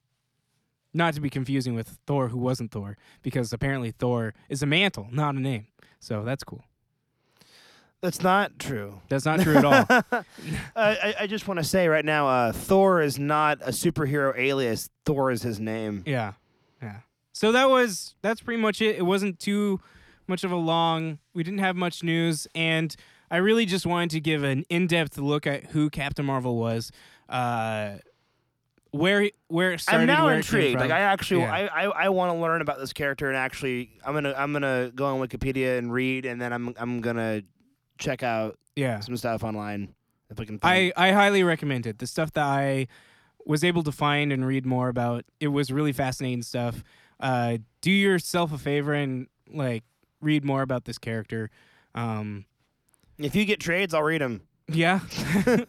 Not to be confusing with Thor, who wasn't Thor, because apparently Thor is a mantle, not a name. So that's cool.
That's not true.
That's not true at all.
I, Uh, I, I just want to say right now, uh, Thor is not a superhero alias. Thor is his name.
Yeah. Yeah. So that was that's pretty much it. It wasn't too much of a long. We didn't have much news and I really just wanted to give an in-depth look at who Captain Marvel was. Uh where where it started
I'm now
where it came
intrigued.
from.
Like I actually,
Yeah.
I, I, I want to learn about this character and actually, I'm gonna, I'm gonna go on Wikipedia and read, and then I'm, I'm gonna check out
yeah.
some stuff online if I can. Find.
I, I highly recommend it. The stuff that I was able to find and read more about, it was really fascinating stuff. Uh, do yourself a favor and like read more about this character. Um,
if you get trades, I'll read them.
Yeah.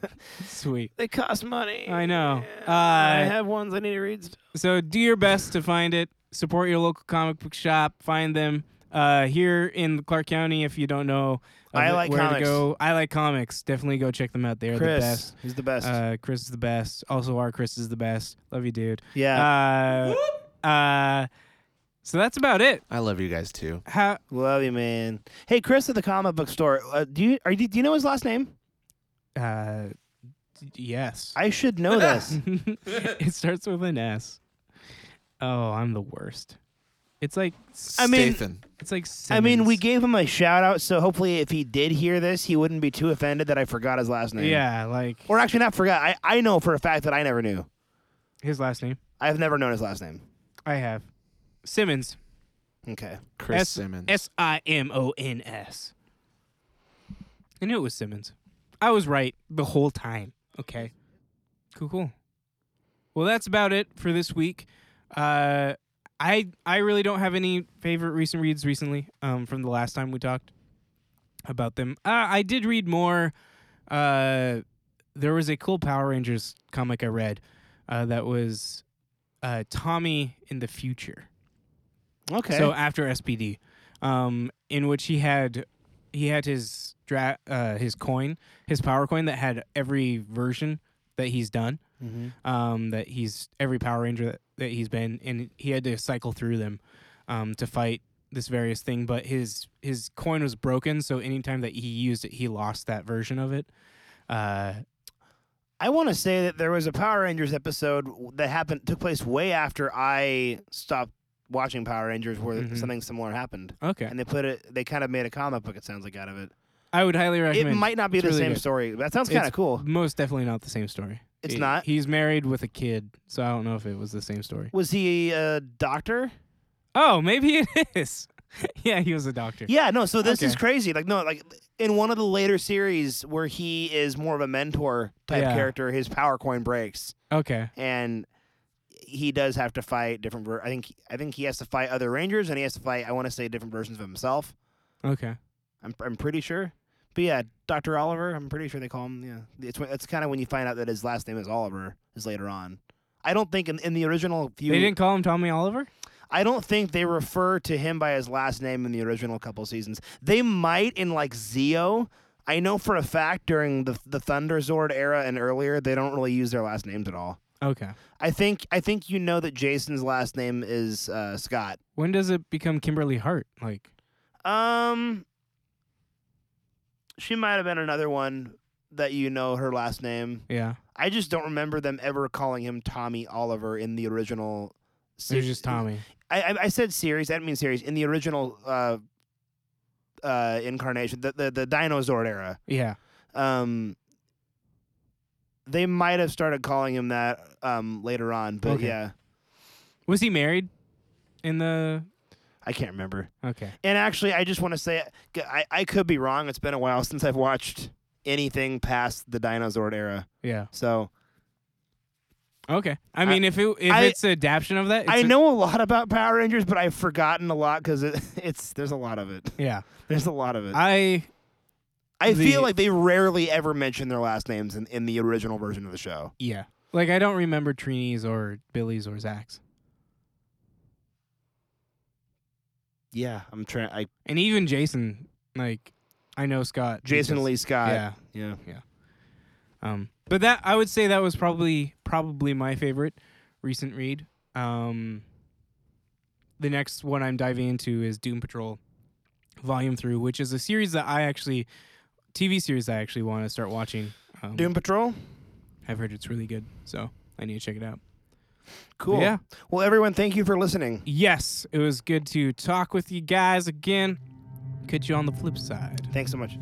Sweet.
They cost money.
I know.
Yeah,
Uh,
I have ones I need to read. Still.
So do your best to find it. Support your local comic book shop. Find them uh, here in Clark County. If you don't know, uh,
I Like
where
Comics.
to go, I like comics. Definitely go check them out. They're
Chris,
the best.
he's the best.
Uh, Chris is the best. Also, our Chris is the best. Love you, dude.
yeah.
Uh, uh, so that's about it.
I love you guys too.
How?
Love you, man. Hey, Chris at the comic book store. Uh, do you are you, do you know his last name?
Uh, d- yes.
I should know this.
it starts with an S. Oh, I'm the worst. It's like
I mean-
Stathan.
it's like.
I mean, we
Simmons.
gave him a shout out, so hopefully, if he did hear this, he wouldn't be too offended that I forgot his last name.
Yeah, like
Or actually, not forgot. I, I know for a fact that I never knew.
his last name.
I've never known his last name.
I have Simmons.
Okay.
Chris
S-
Simmons.
S I M O N S. I knew it was Simmons. I was right the whole time. Okay. Cool, cool. Well, that's about it for this week. Uh, I I really don't have any favorite recent reads recently. Um, from the last time we talked about them, uh, I did read more. Uh, there was a cool Power Rangers comic I read. Uh, that was uh, Tommy in the future.
Okay.
So after SPD, um, in which he had he had his dra- uh, his coin, his power coin that had every version that he's done,
Mhm.
um, that he's every Power Ranger that, that he's been, and he had to cycle through them um, to fight this various thing. But his his coin was broken, so anytime that he used it, he lost that version of it. Uh,
I want to say that there was a Power Rangers episode that happened took place way after I stopped watching Power Rangers, where
Mhm.
something similar happened,
okay,
and they put it. They kind of made a comic book. It sounds like out of it.
I would highly
It
recommend.
might not be
It's
the
really
same
good.
story. but That sounds
It's-
kind of cool.
most definitely not the same story.
It's
He-
not.
He's married with a kid, so I don't know if it was the same story.
Was he a doctor?
Oh, maybe it is. yeah, he was a doctor.
Yeah, no. So this is
Okay.
crazy. Like no, like in one of the later series where he is more of a mentor type
Yeah.
character, his power coin breaks,
Okay.
and he does have to fight different. Ver- I think I think he has to fight other Rangers, and he has to fight. I want to say different versions of himself.
Okay.
I'm I'm pretty sure. But yeah, Doctor Oliver. I'm pretty sure they call him. Yeah, it's when- that's kind of when you find out that his last name is Oliver is later on. I don't think in, in the original few.
They didn't call him Tommy Oliver?
I don't think they refer to him by his last name in the original couple seasons. They might in like Zeo. I know for a fact during the the Thunder Zord era and earlier, they don't really use their last names at all.
Okay.
I think I think you know that Jason's last name is uh, Scott.
When does it become Kimberly Hart? Like,
Um, she might have been another one that you know her last name.
yeah.
I just don't remember them ever calling him Tommy Oliver in the original.
It was
series.
just Tommy.
I, I I said series. I didn't mean series. In the original uh, uh, incarnation, the the the Dinosaur era,
Yeah.
um, they might have started calling him that um later on. But
Okay.
yeah,
Was he married in the.
I can't remember.
Okay.
And actually, I just want to say, I, I could be wrong. It's been a while since I've watched anything past the Dinosaur era.
Yeah.
So
Okay. I mean, if it if
I-
it's an adaptation of that, it's
I
a-
know a lot about Power Rangers, but I've forgotten a lot because it, it's there's a lot of it.
yeah.
There's a lot of it. I,
I. the-
feel like they rarely ever mention their last names in, in the original version of the show.
Yeah. Like, I don't remember Trini's or Billy's or Zach's.
Yeah, I'm trying. I
And even Jason, like, I know Scott.
Jason
because-
Lee Scott.
Yeah.
yeah.
Um, but that I would say that was probably probably my favorite recent read. Um, the next one I'm diving into is Doom Patrol, Volume Through, which is a series that I actually TV series I actually want to start watching. Um,
Doom Patrol.
I've heard it's really good, so I need to check it out.
Cool.
Yeah.
Well, everyone, thank you for listening.
Yes, it was good to talk with you guys again. Catch you on the flip side.
Thanks so much.